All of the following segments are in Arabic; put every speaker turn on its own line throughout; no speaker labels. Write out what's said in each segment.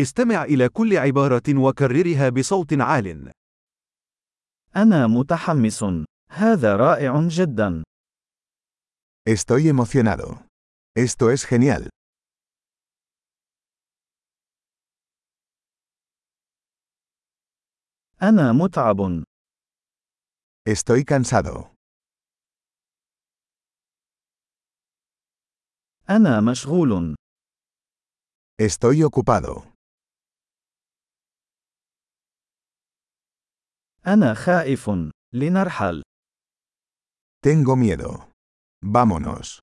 استمع إلى كل عبارة وكررها بصوت عال.
أنا متحمس. هذا رائع جدا.
Estoy emocionado. Esto es genial.
أنا متعب.
Estoy cansado.
أنا مشغول.
Estoy ocupado.
أنا خائف. لنرحل.
Tengo miedo. Vámonos.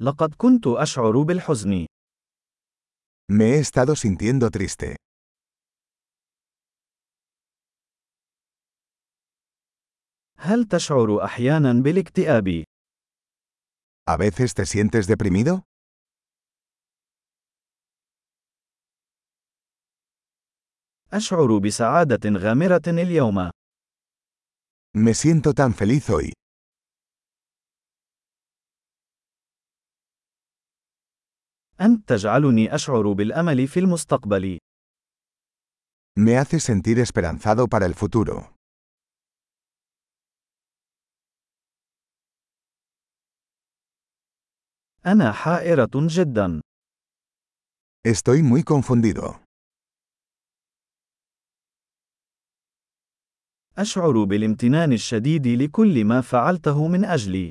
لقد كنت أشعر بالحزن.
Me he estado sintiendo triste.
هل تشعر أحيانا بالاكتئاب؟
¿A veces te sientes deprimido?
أشعر بسعادة غامرة اليوم.
Me siento tan feliz hoy.
أنت تجعلني أشعر بالأمل في المستقبل.
Me hace sentir esperanzado para el futuro.
أنا حائرة جدا.
Estoy muy confundido.
أشعر بالامتنان الشديد لكل ما فعلته من أجلي.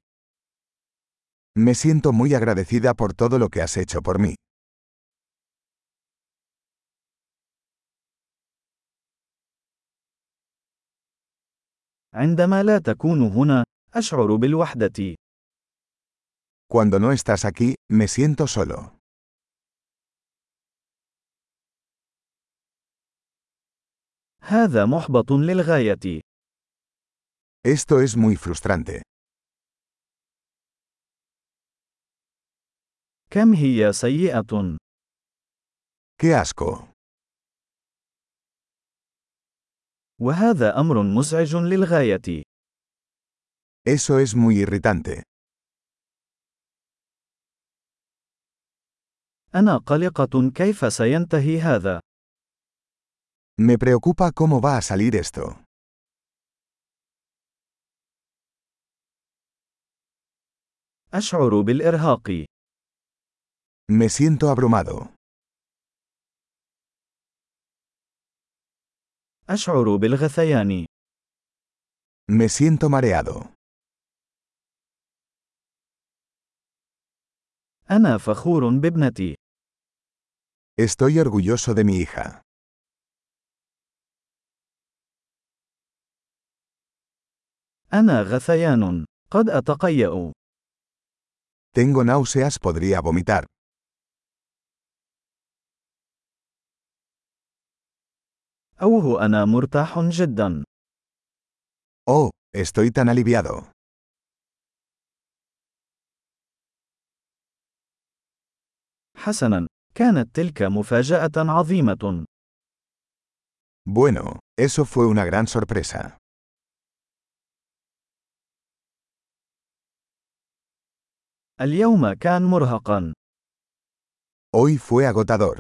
Me siento muy agradecida por todo lo que has hecho por mí.
عندما لا تكون هنا، أشعر بالوحدة.
Cuando no estás aquí, me siento solo.
هذا محبط للغاية.
Esto es muy frustrante.
كم هي سيئة.
¡Qué asco!
وهذا أمر مزعج للغاية.
Eso es muy irritante.
أنا قلقة كيف سينتهي هذا.
Me preocupa cómo va a salir esto.
أشعر بالإرهاق.
Me siento abrumado.
أشعر بالغثيان.
Me siento mareado.
أنا فخور بابنتي.
Estoy orgulloso de mi hija.
أنا غثيان. قد أتقيأ.
Tengo náuseas, podría vomitar.
أوه أنا مرتاح جدا.
Oh, estoy tan aliviado.
حسنا، كانت تلك مفاجأة عظيمة.
Bueno, eso fue una gran sorpresa.
اليوم كان مرهقا.
Hoy fue agotador.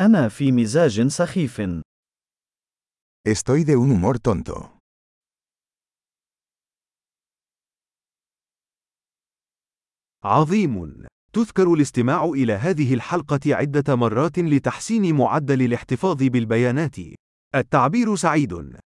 أنا في مزاج سخيف.
Estoy de un humor tonto.
عظيم! تذكر الاستماع إلى هذه الحلقة عدة مرات لتحسين معدل الاحتفاظ بالبيانات. التعبير سعيد.